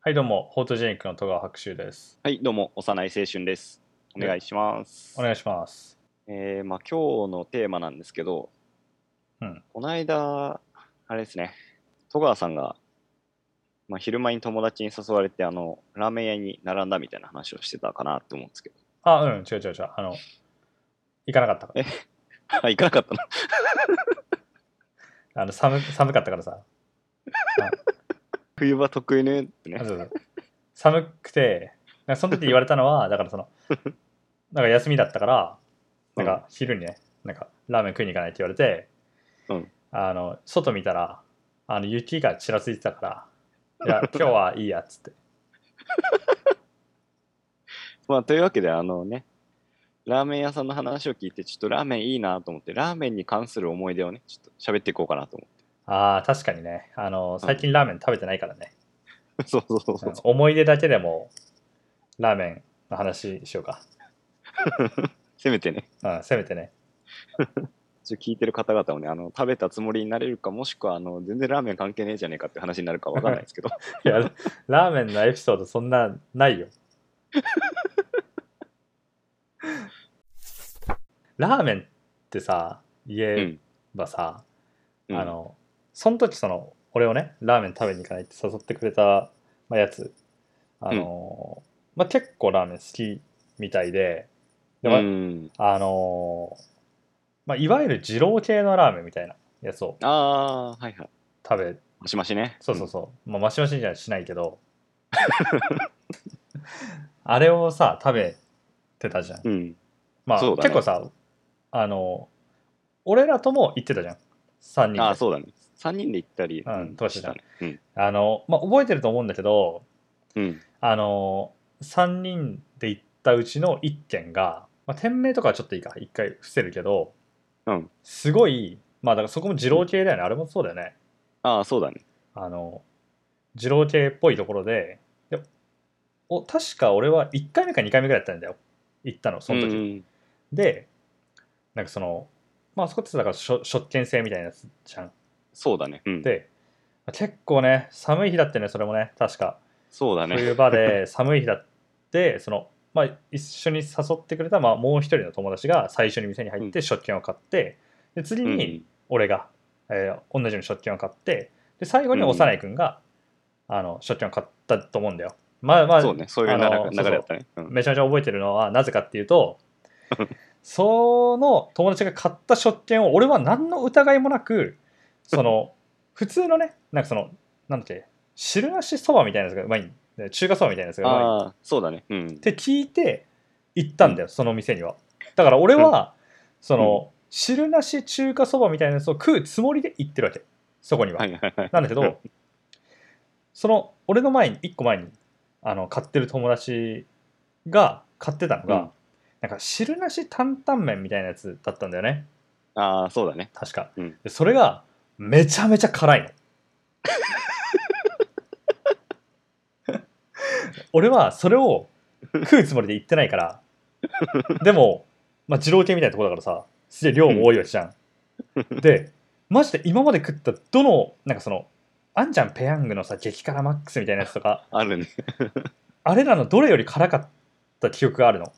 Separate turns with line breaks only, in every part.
はい、どうも、フォートジェニックの戸川白秋です。
はい、どうも、幼い青春です。お願いします。
お願いします。
えーまあ、今日のテーマなんですけど、
うん
この間、あれですね、戸川さんが、まあ、昼間に友達に誘われて、あの、ラーメン屋に並んだみたいな話をしてたかなと思うんですけど、
あ、うん、違う違う違う。あの、行かなかったから。
あ、行かなかったな。
あの寒寒かったからさ。
冬場得意ねって
あ
ね
そ。うそう寒くて、なんかその時言われたの は、だからその、なんか休みだったから、なんか昼にね、なんかラーメン食いに行かないって言われて、
うん
あの、外見たら、あの雪がちらついてたから、いや、今日はいいやっつって。
まあ、というわけで、あのね、ラーメン屋さんの話を聞いて、ちょっとラーメンいいなと思って、ラーメンに関する思い出をね、ちょっと喋っていこう かなと思
ああ、確かにね、あの、最近ラーメン食べてないからね。
って。そうそうそうそう。
思い出だけでもラーメンの話しようか、
せめてね。
うん、せめてね
ちょっと聞いてる方々もね、あの食べたつもりになれるか、もしくはあの全然ラーメン関係ねえじゃねえかって話になるかわかんないですけど、
いやラーメンのエピソードそんな ないよラーメンってさ言えばさ、
うん
あのその時その俺をねラーメン食べに行かないって誘ってくれたまあやつあの、まあ、結構ラーメン好きみたいでで、
う
まあ
ん、
あのーまあ、いわゆる二郎系のラーメンみたいなやつを
ああー、はいはい。
食べ
マシマシね。
そうそうそう、まあ、マシマシじゃしないけど あれをさ食べてたじゃん、
うん。うん。
まあ、
そうだね
結構さあの俺らとも行ってたじゃん3人で
ああ、そうだね。3人で行ったり、
うんどうしてた
ね。うん。
あの、まあ、覚えてると思うんだけど
うん、
あの3人で行ったうちの1軒が、まあ、店名とかはちょっといいか一回伏せるけど、
うん
すごいまあだからそこも二郎系だよね、あれもそうだよね
ああ、そうだね。
あの二郎系っぽいところででお確か俺は1回目か2回目ぐらいやったんだよ行ったのその時、
うん
でなんかそのまあそこってさだからしょ食券制みたいなやつじゃん
そうだね。うん。
で結構ね寒い日だってねそれもね確か
そうだね。
冬場で寒い日だってその、まあ、一緒に誘ってくれた、まあ、もう一人の友達が最初に店に入って食券を買って、で次
う
に
ん。
俺が、えー同じように食券を買ってで最後に幼い君が、あの食券を買ったと思うんだよ。まあまあ
そうね。そういう流
あの
れ流れだったね。うん
めちゃめちゃ覚えてるのはなぜかっていうと その友達が買った食券を俺は何の疑いもなくその普通のねなんかそのなんだっけ汁なしそばみたいなやつがうまいんで中華そばみたいなやつがうまいっ
ああ、そうだね。うん。
て聞いて行ったんだよ、その店にはだから俺はその、汁なし中華そばみたいなやつを食うつもりで行ってるわけそこには、
はいはいはい。
なんだけ
うん
どその俺の前に1個前にあの買ってる友達が買ってたのが、
うん
なんか汁なし担々麺みたいなやつだったんだよね
ああ、そうだね。
確か、
うん
でそれがめちゃめちゃ辛い の俺はそれを食うつもりで言ってないからでも、まあ、二郎系みたいなところだからさすげえ量も多いわけじゃんでマジで今まで食ったどのなんかそのあんちゃんペヤングのさ激辛マックスみたいなやつとか
あるね。
あれらのどれより辛かった記憶があ るの。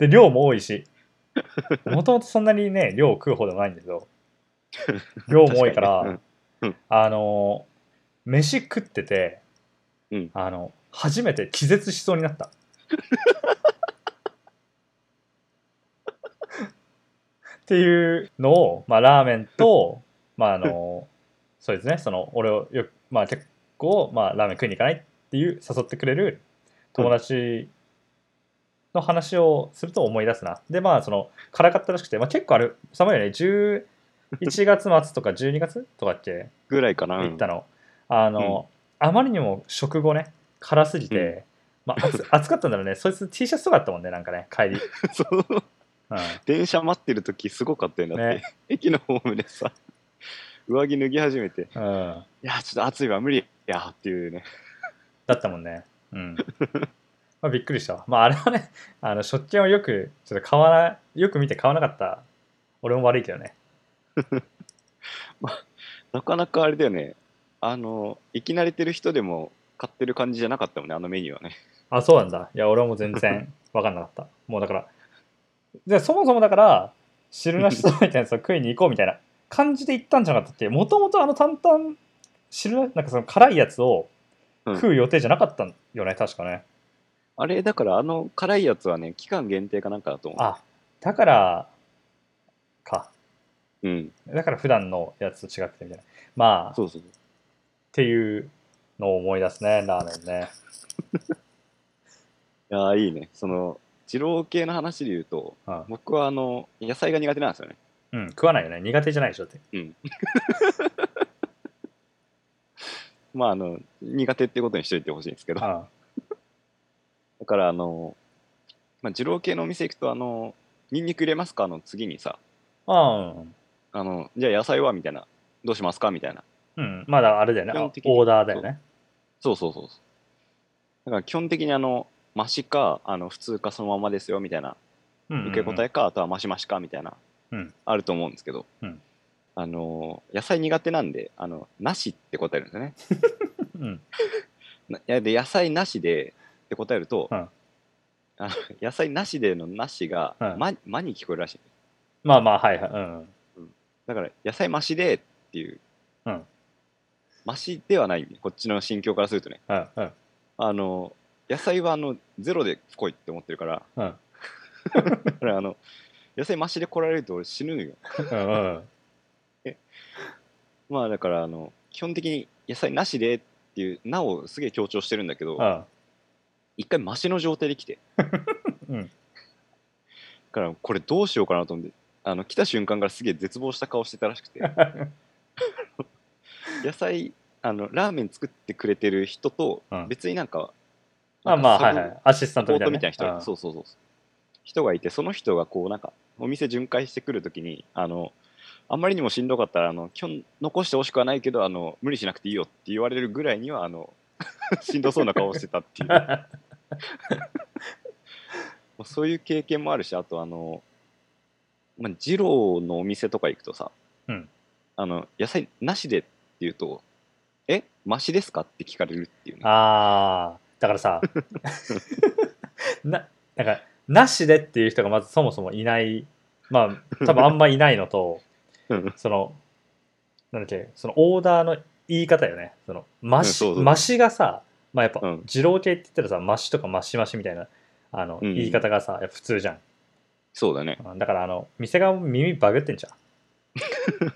で量も多いしもともとそんなにね量を食うほどないんだけ ど量も多いから
確かにね
あの飯食ってて、
うん
あの初めて気絶しそうになった。っていうのを、まあ、ラーメンとまああのそうですねその俺をよく、まあ、結構、まあ、ラーメン食いに行かないっていう誘ってくれる友達の話をすると思い出すな。でまあその辛かったらしくて、まあ、結構あれ寒いよね11月末とか12月とかっけ
ぐらいかな。うん
行ったの、あの、あまりにも食後ね辛すぎて、まあ、 暑暑かったんだろうねそいつ T シャツとかあったもんねなんかね帰り、うん、
そう。電車待ってる時すごかったよねだって、
ね
駅のホームでさ上着脱ぎ始めて
うん、
「いやちょっと暑いわ無理や」っていうね
だったもんねうんまあびっくりしたわまああれはねあの食券をよくちょっと買わなよく見て買わなかった俺も悪いけどね
なかなかあれだよねあの、生き慣れてる人でも買ってる感じじゃなかったもんね、あのメニューはね。
あ、そうなんだ。いや、俺はもう全 然分かんなかった。もうだから、でそもそもだから、汁なしそばみたいな やつを食いに行こうみたいな感じで行ったんじゃなかったっけもともとあの担々汁な、なんかその辛いやつを
うん
食う予定じゃなかったんよね、確かね。
あれ、だからあの辛いやつはね、期間限定かなんかだと思う。
あ、だから、か。
うん。
だから普段のやつと違くてみたいな。まあ、っ
そうそう。
ていうのを思い出すね、ラーメンね。
いやーいいね。その、二郎系の話で言うと、
うん、
僕はあの、野菜が苦手なんですよね。
うん、食わないよね。苦手じゃないでしょだって。
まあ、あの、苦手ってことにしといてほしいんですけど。
うん。
だからあの、まあ、二郎系のお店行くと、あの、ニンニク入れますかの次にさ、
あうん。
あの、じゃあ野菜はみたいな、どうしますかみたいな。
うん、まだあれだよね。
基
あ
本的に
オーダーだよね。
そうそうそうそう。だから基本的にあの、マシか、あの、普通かそのままですよみたいな、受け答
え。
えか、あとはマシマシかみたいな、
うん
あると思うんですけど、
うん
あの、野菜苦手なんで、あの、なしって答えるんですよね。
うん。
ないやで野菜なしでって答えると、
うん
あの野菜なしでのなしが、
うん
ままに聞こえるらしい
まあまあ、はいはい。うん。
だから野菜ましでっていう、
うん
ましではないこっちの心境からするとね
うん。うん。
あの野菜はあのゼロで来いって思ってるから
うん。
だからあの野菜ましで来られると俺死ぬよ
うん。うん。
まあだからあの基本的に野菜なしでっていうなをすげえ強調してるんだけど、
うん。
一回マシの状態で来て
うん
だからこれどうしようかなと思ってあの来た瞬間からすげえ絶望した顔してたらし くて野菜あのラーメン作ってくれてる人と
うん
別になんか、
まあまあ、
な
は
ん
い
か
はい。アシスタ
サ
ン
ポ
ト
ー
み
サポー
たい
ト
なね。
みたい
う
な人、
ん
そうそうそう人がいてその人がこうなんかお店巡回してくるときにあのあんまりにもしんどかったらあの今日残してほしくはないけどあの無理しなくていいよって言われるぐらいには あのしんどそうな顔をしてたっていうまあそういう経験もあるしあとあの、まあ、二郎のお店とか行くとさ、
うん
あの野菜なしでって言うと「えマシですか?」って聞かれるっていうね
ああ、だからさ、 な、なんか、なしでっていう人がまずそもそもいない、まあ、多分あんまいないのと
うん、
その、なんだっけ、そのオーダーの言い方よね。その、まし、
うんそうそう
ましがさ、まあやっぱ
うん、
二郎系って言ったらさ、ましとかましましみたいな、あの、
うん
言い方がさ、やっぱ普通じゃん。
そうだね
うんだから、あの、店側も耳バグってんじゃん。
や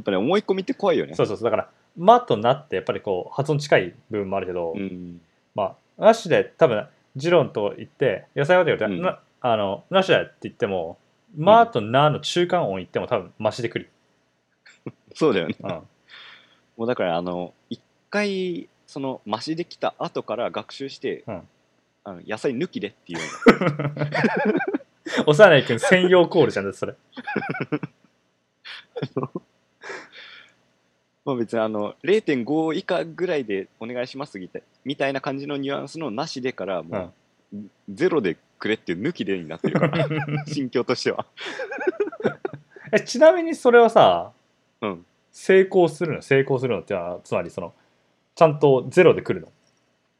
っぱね思い込みって怖いよね
そうそうそう、だから、まとなって、やっぱりこう、発音近い部分もあるけど、
うん、
まあ、なしで、多分、ジロンと言って、野菜はと言って、
うん
なあの、なしだって言っても、まあとなの中間音言っても多分、マシでくる。
そうだよね
うん。
もうだからあの一回そのマシできた後から学習して、
うん
あの野菜抜きでっ ていうの
幼い君専用コールじゃん、だってそれ。
まあ別にあの0.5以下ぐらいでお願いしますみたいみたいな感じのニュアンスのなしでからもうゼロでくれっていう抜きでになってるから心境としては
え、ちなみにそれはさ、
うん
成功するの成功するのっていうのは、つまりその、ちゃんとゼロでくるの。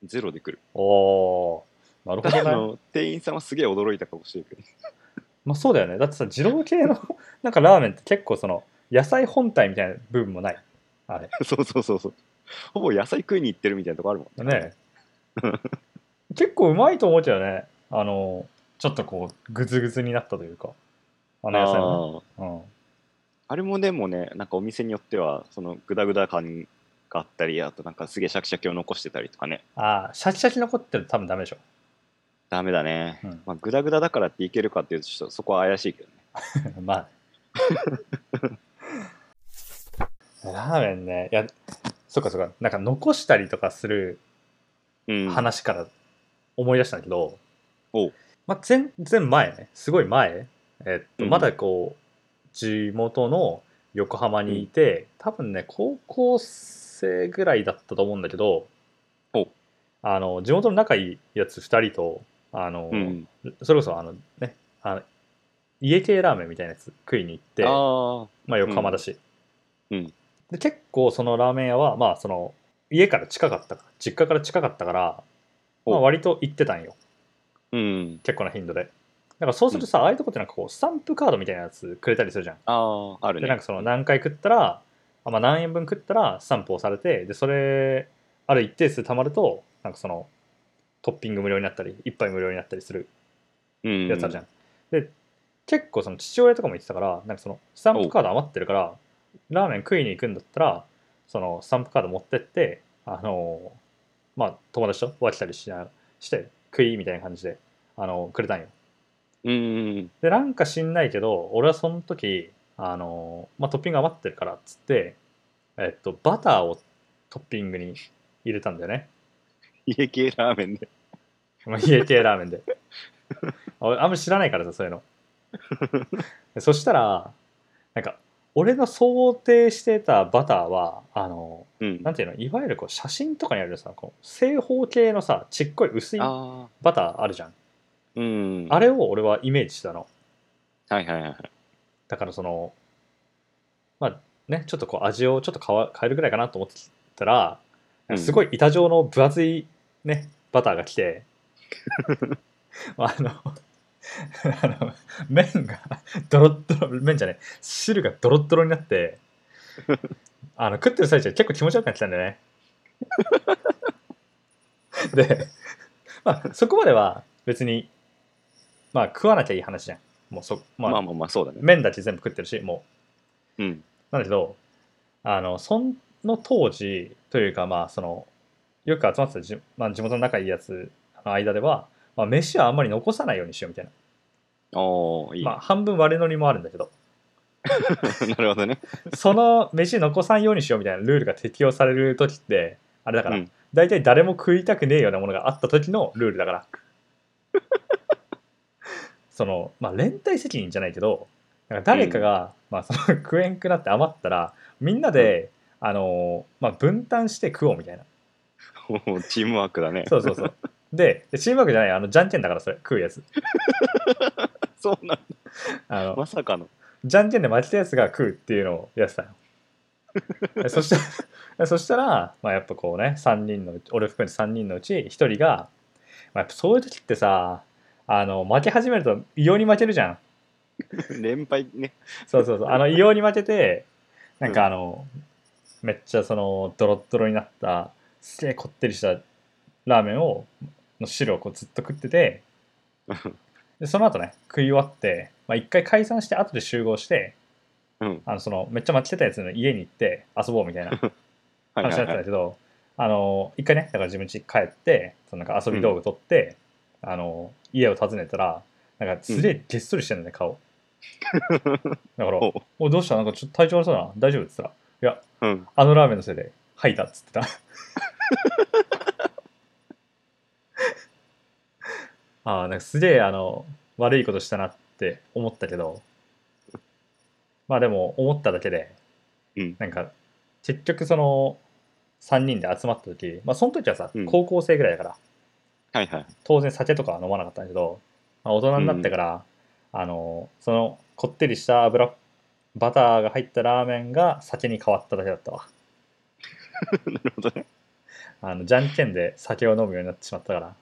ゼロでくる
おー、なるほ
ただあ
どね。
の店員さんはすげえ驚いたかもしれないけど
まあそうだよね。だってさ、二郎系の なんかラーメンって結構その、野菜本体みたいな部分もない。あれ。
そうそうそうそうほぼ野菜食いに行ってるみたいなとこあるもん
ね結構うまいと思うけどねあのちょっとこうグズグズになったというかあの野菜もね
あーあれもでもねなんかお店によってはそのグダグダ感があったりあとなんかすげえシャキシャキを残してたりとかね
うん、ああシャキシャキ残ってると多分ダメでしょ、
ダメだね、
うん
まあ、グダグダだからっていけるかっていうとちょっとそこは怪しいけどね
まあラーメンねいやそっかそっかなんか残したりとかする
うん
話から思い出したんだけど、
おう
まあ、全然前ねすごい前、えっと
うん
まだこう地元の横浜にいて、多分ね高校生ぐらいだったと思うんだけど
おう
あの地元の仲いいやつ2人とあの、
うん
それこそあのねあの家系ラーメンみたいなやつ食いに行って
ああ、
まあ、横浜だし、
うんうん
で結構そのラーメン屋はまあその家から近かったから実家から近かったから、まあ、
お
割と行ってたんよ
うん。
結構な頻度でだからそうするとさ、ああいうとこってなんかこうスタンプカードみたいなやつくれたりするじゃん
ああ、ある
で
ね。
なんかその何回食ったらあ、まあ、何円分食ったらスタンプをされてでそれある一定数貯まるとなんかそのトッピング無料になったり一杯無料になったりする
うん、
やつあるじゃん、で結構その父親とかも言ってたからなんかそのスタンプカード余ってるからラーメン食いに行くんだったらそのスタンプカード持ってってあのーまあ友達と分けたりしなして食いみたいな感じであのーくれたんよ
うん。
でなんか知んないけど俺はその時あのー、まあ、トッピング余ってるからっつって、えっと、バターをトッピングに入れたんだよね、
家系ラーメンで。
まあ、家系ラーメンで俺あんまり知らないからさ そういうのでそしたらなんか俺の想定してたバターはあの
うん
ー。なんていうのいわゆるこう写真とかにあるさこう正方形のさちっこい薄いバ
ああ。
ターあるじゃん
うん。
あれを俺はイメージしてたの
はいはいはいはい。
だからそのまあねちょっとこう味をちょっと変わ変えるぐらいかなと思ってたら
うん
すごい板状の分厚いねバターが来 てまああの あの麺がドロッドロ麺じゃない汁がドロッドロになって あの食ってる最中結構気持ちよくなってきたんだよねで、まあ、そこまでは別にまあ食わなきゃいい話じゃんもうそま
ま
あ、
あまあまあ、そうだね。
麺だけ全部食ってるしも
うん。
うなんだけどあのその当時というかまあそのよく集まってたじ、まあ、地元の仲いいやつの間では、まあ、飯はあんまり残さないようにしようみたいな
おー、いいね。
まあ、半分割れのりもあるんだけど
なるほどね。
その飯残さんようにしようみたいなルールが適用される時ってあれだから、
うん
大体誰も食いたくねえようなものがあった時のルールだからそのまあ連帯責任じゃないけどなんか誰かが、まあ、その 食えんくなって余ったらみんなで、あのーまあ、分担して食おうみたいな
おーチームワークだね。
そうそうそうででチームワークじゃないあのじゃんけんだからそれ食うやつ
そうなん
あの
まさかの。
じゃんけんで負けたやつが食うっていうのをやってたよそしたら そしたら、まあ、やっぱこうね3人のうち俺含めて3人のうち1人が、まあ、やっぱそういう時ってさあの負け始めると異様に負けるじゃん
連敗ね。
そうそうそうあの異様に負けてなんかあの、めっちゃそのドロッドロになったすげえこってりしたラーメンをの汁をこうずっと食っててでその後ね食い終わって、まあ、1回解散して後で集合して
うん。
あのそのめっちゃ待ちてたやつの家に行って遊ぼうみたいな
はい
話だ
はい
ったん
は
だ
い。
けどあの一回ねだから自分家帰ってそのなんか遊び道具取って、あの家を訪ねたらなんかすげえげっそりしてるんだね 顔だから
おう
「おどうしたなんかちょっと体調悪そうだな大丈夫?」って言ったら「いや
うん。
あのラーメンのせいで吐いた」っつってた ああなんかすげえあの悪いことしたなって思ったけどまあでも思っただけで
うん。
なんか結局その3人で集まった時まあその時はさ、
うん
高校生ぐらいだから
はいはい。
当然酒とかは飲まなかったんだけど、まあ、大人になってから、あのそのこってりした油バターが入ったラーメンが酒に変わっただけだったわ
なるほどね。
あのじゃんけんで酒を飲むようになってしまったから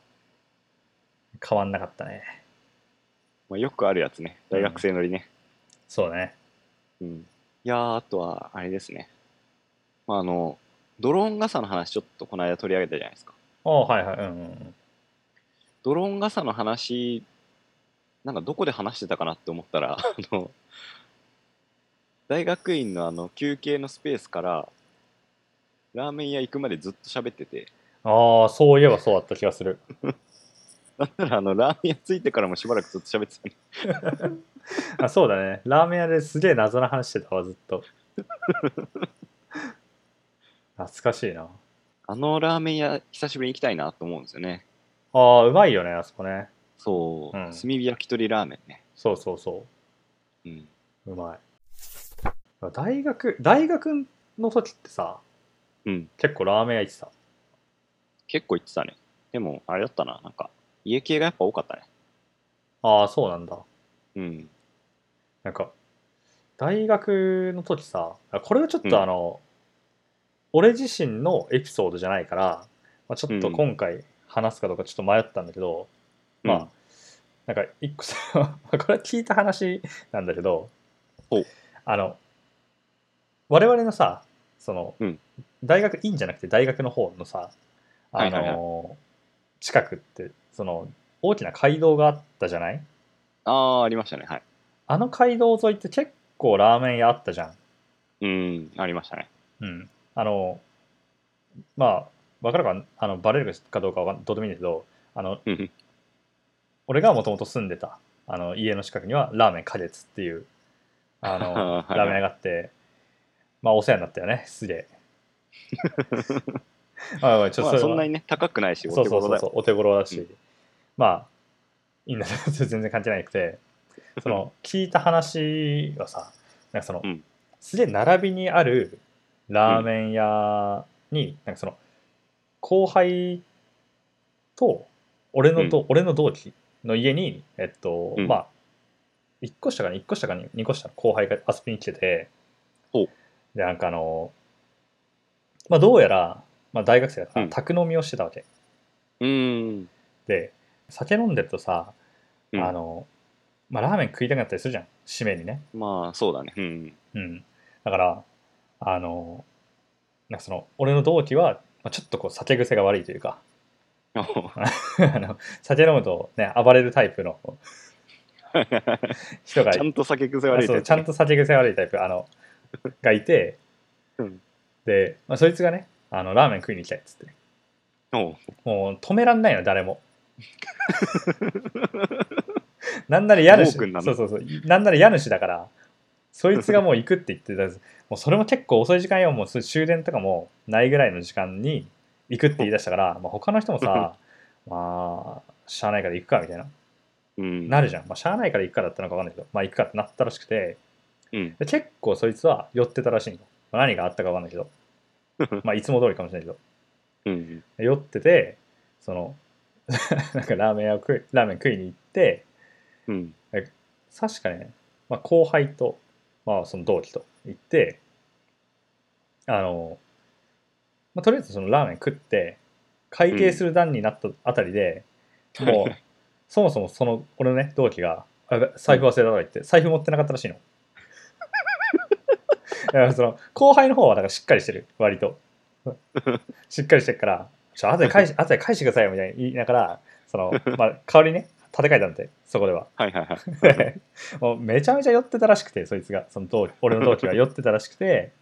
変わんなかったね
まあ、よくあるやつね。大学生乗りね。
そうだね
うん。いやー、あとは、あれですね。まあ、あの、ドローン傘の話、ちょっとこの間取り上げたじゃないですか。
ああはいはいうんうんうん
ドローン傘の話、なんかどこで話してたかなって思ったら、あ の、大学院のあの休憩のスペースから、ラーメン屋行くまでずっと喋ってて、
ああそういえばそうだった気がする
なんならあの、ラーメン屋着いてからもしばらくずっと喋ってたね。
あそうだねラーメン屋ですげえ謎な話してたわずっと懐かしいな
あのラーメン屋、久しぶりに行きたいなと思うんですよね。
ああうまいよねあそこね
そう、
うん
炭火焼き鳥ラーメンね。
そうそうそ
うん。
ううまい大学大学の時ってさ
うん。
結構ラーメン屋行ってた
結構行ってたね。でも、あれだったな、なんか、家系がやっぱ多かったね。
ああそうなんだ
うん。
なんか大学の時さこれはちょっとあの、俺自身のエピソードじゃないから、まあ、ちょっと今回話すかどうかちょっと迷ったんだけど、まあなん か一個さこれは聞いた話なんだけど
お
あの我々のさその、
うん
大学院じゃなくて大学の方のさあの、
はいはい
近くってその大きな街道があったじゃない
ああ、ありましたね。はい。
あの街道沿いって結構ラーメン屋あったじゃん。
うん、ありましたね。
うん、あのまあ分かるかあのバレるかどうかはどうでもいいんだけどあの
うんうん
俺がもともと住んでたあの家の近くにはラーメン花月っていうあの
はいはい
ラーメン屋があってまあお世話になったよね失 礼まあまあちょっ
ま
とそ
あ、
れ
そん
は
なにね、高くないし、お
そう
手
そうそ
頃
う
だ
そう
よ。
お手頃だし、
うん
まあいいんだけど全然関係なく てその聞いた話はさなんかその、
うん
すでに並びにあるラーメン屋に、なんかその後輩と俺のと、俺の同期の家にえっと、
うん
まあ1個下かな1個下か2個下の後輩が遊びに来てて
ほう
でなんかあのまあどうやら、まあ、大学生だから
うん
宅飲みをしてたわけ、
うーん。
で酒飲んでるとさ、
うん
あのまあ、ラーメン食いたくなったりするじゃん締めにね、
まあ、そうだね。うん。
うん、だからあのなんかその俺の同期はまあちょっとこう酒癖が悪いというか あの酒飲むとね暴れるタイプの人が
ちゃんと酒癖
あ
悪い
そう
で
ちゃんと酒癖悪いタイプあ のがいて、
うん
で、まあ、そいつがねあのラーメン食いに行きたいっつって
お
もう止めらんないの誰もなんなら家主
暴君なの
そうそうそうなんなら家主だからそいつがもう行くって言ってたんですもうそれも結構遅い時間よもうそういう終電とかもないぐらいの時間に行くって言い出したから、まあ、他の人もさまあしゃあないから行くかみたいな
うん。
なるじゃん、まあ、しゃあないから行くかだったのか分かんないけどまあ行くかってなったらしくて
うん。
で結構そいつは寄ってたらしいの、まあ何があったか分かんないけ どまあいつも通りかもしれないけど
うん。
酔っててその なんかラーメン屋を食いラーメン食いに行って
うん。
確かね、まあ、後輩と、まあ、その同期と行ってあの、まあ、とりあえずそのラーメン食って会計する段になったあたりで、もうそもそもその俺のね同期が「あやべ財布忘れた」とか言って財布持ってなかったらしいの。だからその後輩の方はだからしっかりしてる割としっかりしてるから「ちょ後で返し後で返してくださいよ」みたいに言いながらその、まあ、代わりにね立て替えたんでそこでは。
はいはいはい。
もうめちゃめちゃ酔ってたらしくてそいつがその同期俺の同期が酔ってたらしくて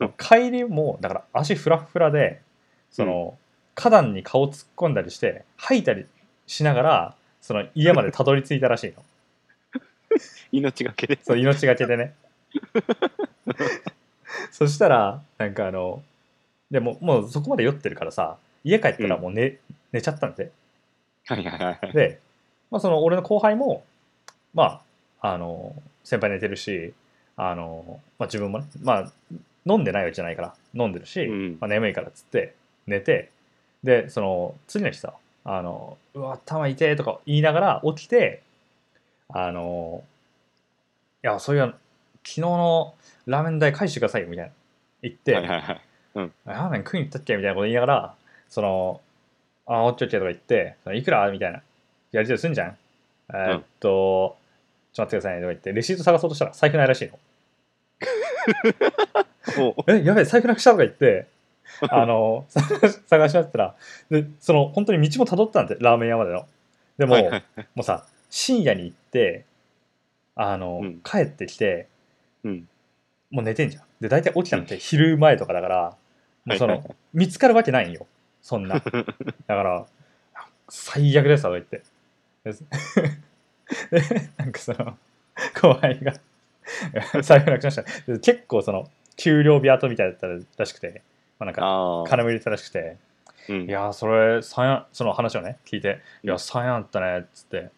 もう帰りもだから足フラッフラでその、花壇に顔突っ込んだりして吐いたりしながらその家までたどり着いたらしいの
命がけで。
そう命がけで ねそしたらなんかあのでももうそこまで酔ってるからさ家帰ったらもう寝,、寝ちゃったんで
はいはいはい。
で、まあ、その俺の後輩も、まあ、あの先輩寝てるしあの、まあ、自分もね、まあ、飲んでないわけじゃないから飲んでるし、
うん
まあ、眠いからっつって寝てでその次の日さあの「うわ頭痛え」とか言いながら起きてあの「いやそういや昨日のラーメン代返してくださいよ」みたいな言って、
はいはいはい。
ラーメン食いに行ったっけみたいなこと言いながら、その、あ、オッケーオッケーとか言って、そのいくらみたいな、やり取りするんじゃん。えーっと、ちょっと待ってくださいねとか言って、レシート探そうとしたら財布ないらしいの。
お
え、やべえ、財布なくしたとか言って、 あの、 探し探し出したら、で、その、本当に道も辿ったんで、ラーメン屋までの。でも、
はいはい
もうさ、深夜に行って、あの、
うん
帰ってきて、
うん。
もう寝てんじゃん。で、大体起きたのって昼前とかだから、もうそ
はい
の
はい、
見つかるわけないんよ。そん な。だから、最悪ですとか言って。で で、なんかその、後輩が、財布なくしました。で結構その、給料日後みたいだったらしくて、まあ、なんか、
ああ。
金も入れてたらしくて、
う
い
ん
やー、それ、三円、その話をね、聞いて、い
うん
や、3円あったね、っつって。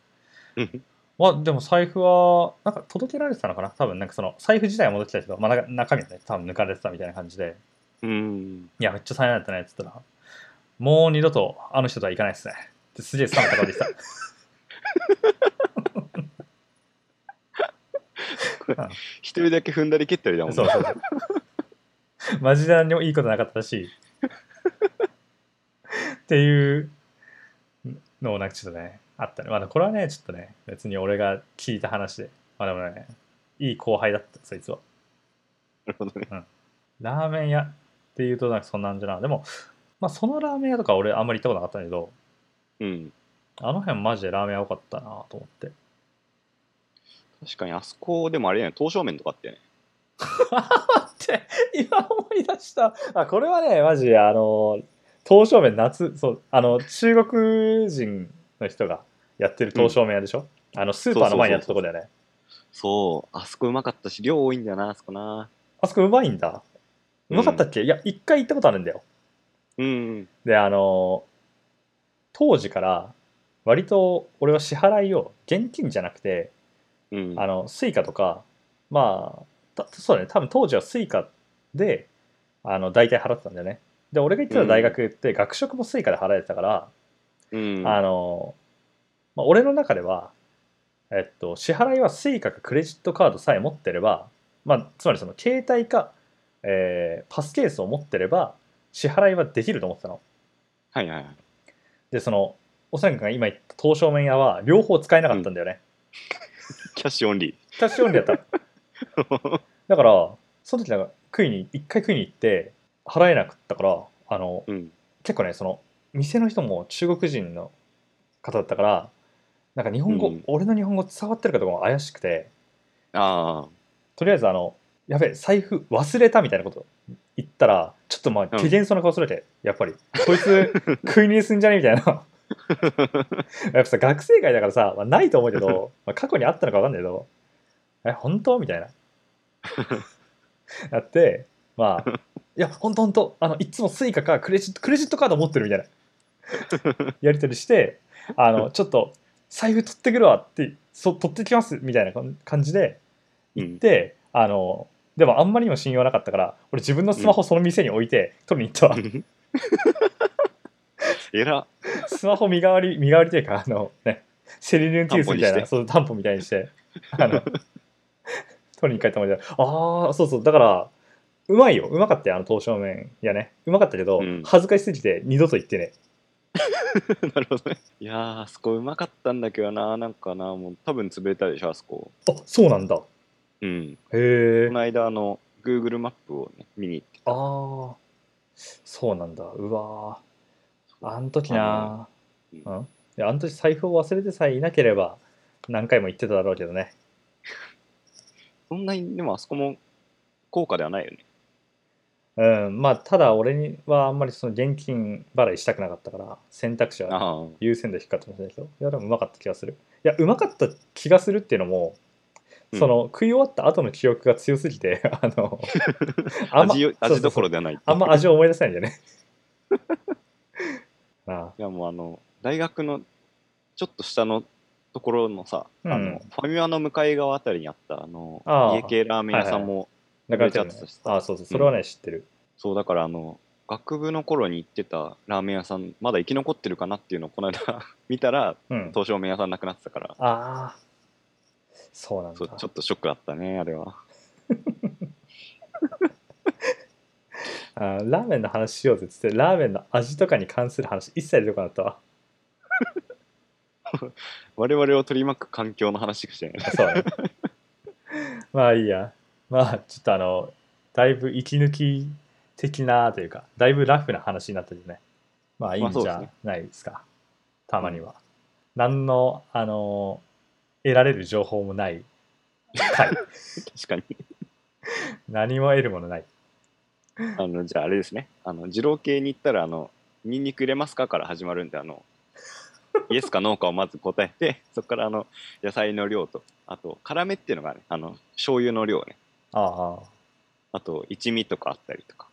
うん
まあ、でも財布は、なんか届けられてたのかな多分、なんかその、財布自体は戻ってきたけど、まあ、なんか中身はね、多分抜かれてたみたいな感じで、
うん。
いや、めっちゃ災難だったね、っつったら、もう二度とあの人とは行かないっすね。ってすげえ冷めた顔でした。
一人だけ踏んだり蹴ったりだもん
そうそうそう。マジで何にもいいことなかったらしいっていうのをなんかちょっとねあったねまだこれはねちょっとね別に俺が聞いた話でまあでもねいい後輩だったそいつは
なるほどね。
ラーメン屋っていうとなんかそんなんじゃなでもまあそのラーメン屋とか俺あんまり行ったことなかったんだけど
うん。
あの辺マジでラーメン屋多かったなと思って
確かに、あそこでもあれだよね、刀削麺とかあってね。
待って今思い出したあこれはねマジであの刀削麺夏そうあの中国人の人がやってる刀削麺屋でしょ、あのスーパーの前にやったとこだよね
そう、あそこうまかったし、量多いんだよな、あそこな。
あそこうまいんだうまかったっけ、いや一回行ったことあるんだよ
うんうん。
であの当時から割と俺は支払いを現金じゃなくて
うん。
あのスイカとかまあたそうだね多分当時はスイカであの大体払ってたんだよねで俺が行ってた大学って学食もスイカで払えてたから、
うん。
あの、まあ、俺の中では、えっと、支払いはスイカかクレジットカードさえ持ってれば、まあ、つまりその携帯か、えーパスケースを持ってれば支払いはできると思ってたの
はいはいはい。
でそのおさんが今言った刀削麺屋は両方使えなかったんだよね、
キャッシュオンリ
キャッシュオンリーだった
ー。
だから、その時なんか食いに、一回食いに行って、払えなかったから、あの、
うん。
結構ね、その、店の人も中国人の方だったから、なんか日本語、
うん
俺の日本語伝わってるかとかも怪しくて、
ああ。
とりあえずあの、やべえ、財布忘れたみたいなこと言ったら、ちょっとまあ、
うん
機嫌そうな顔されて、やっぱり、こいつ食い逃げすんじゃねみたいな。 やっぱさ、学生街だからさ、まあ、ないと思うけ ど、まあ、過去にあったのか分かんないけど、え、本当みたいな。やって、まあ、いや、本当本当あの、いつもスイカかクレジット、クレジットカード持ってるみたいな。 やり取りして、あの、ちょっと、財布取ってくるわって、そ取ってきますみたいな感じで、
うん。
であのでもあんまりにも信用なかったから俺自分のスマホその店に置いて取りに行ったわ、
えら。
スマホ身代わり身代わりというかあのねセリヌンティウスみたい
担保
な
にして
そう担保みたいにしてあの 取りに帰ったもんじゃないああそうそうだからうまいようまかったよあの刀削麺いやねうまかったけど、
うん
恥ずかしすぎて二度と行ってね
なるほどね。いやー、あそこうまかったんだけどな、なんかな、もう多分潰れたでしょ、あそこ。
あそうなんだ
うん。
へえ
この間、あの、Google マップをね、見に行って。
ああそうなんだうわーあん時
あ
な
の
うん、いやあの時財布を忘れてさえいなければ何回も言ってただろうけどね
そんなに、でもあそこも高価ではないよね。
うんまあただ俺にはあんまりその現金払いしたくなかったから選択肢は
ああ。
優先で引っかかったかもしれないけどいやでもうまかった気がするいやうまかった気がするっていうのも、
うん
その食い終わった後の記憶が強すぎて あのあんま
味よ、
そうそうそう
味どころではない。
あんま味を思い出せないんだよ ねああ
いやもうあの大学のちょっと下のところのさ、
うん
あのファミマの向かい側あたりにあったあの
ああ
家系ラーメン屋さんも、
だからね
めっちゃ熱いです
ああそうそうそれはね、知ってる
そうだからあの学部の頃に行ってたラーメン屋さんまだ生き残ってるかなっていうのをこの間 見たら
うん
刀削麺屋さんなくなってたから
ああそうなんだ
そうちょっとショックだったねあれは
あーラーメンの話しようぜっつってラーメンの味とかに関する話一切出てこなかったわ
我々を取り巻く環境の話がしてない
そうね まあいいやまあちょっとあのだいぶ息抜き的なというかだいぶラフな話になったけどねまあいいんじ
まあそう
ゃ
です
ないですか、たまには、何のあの得られる情報もない回
確かに
何も得るものない
あのじゃああれですねあの二郎系に行ったらあのニンニク入れますかから始まるんであ のイエスかノーかをまず答えてそこからあの野菜の量とあと辛めっていうのがねあの醤油の量ね
ああ
あと一味とかあったりとか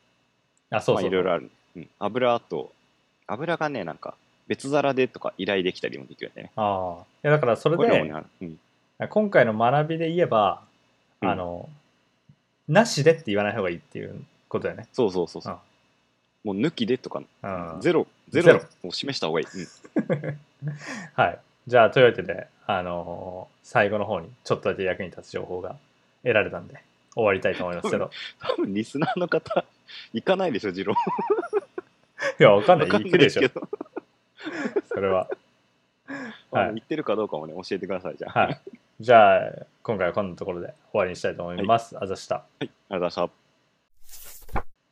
あそうそう、
まあいろいろある、うん、油と油がねなんか別皿でとか依頼できたりもできるんでね
ああいやだからそれ
これもね
で
あのうん
今回の学びで言えば
うん
あの、なしでって言わない方がいいっていうことだよね。
そうそうそうそうもう抜きでとか
うん
ゼロゼ
ゼ
ロを示した方がいい、うん
はい。じゃあ、というわけで、あのー最後の方にちょっとだけ役に立つ情報が得られたんで、終わりたいと思いますけど、
多分リスナーの方行かないでしょ、次郎。
いや、わかんない。
わかん
行
ない
くで
で
し
す
ょ
け、ど。
それは。
あ
はい
の行ってるかどうかもね、教えてください、じゃあ。
はい。じゃあ、今回はこんなところで終わりにしたいと思います。あざした。
ありがとうございました。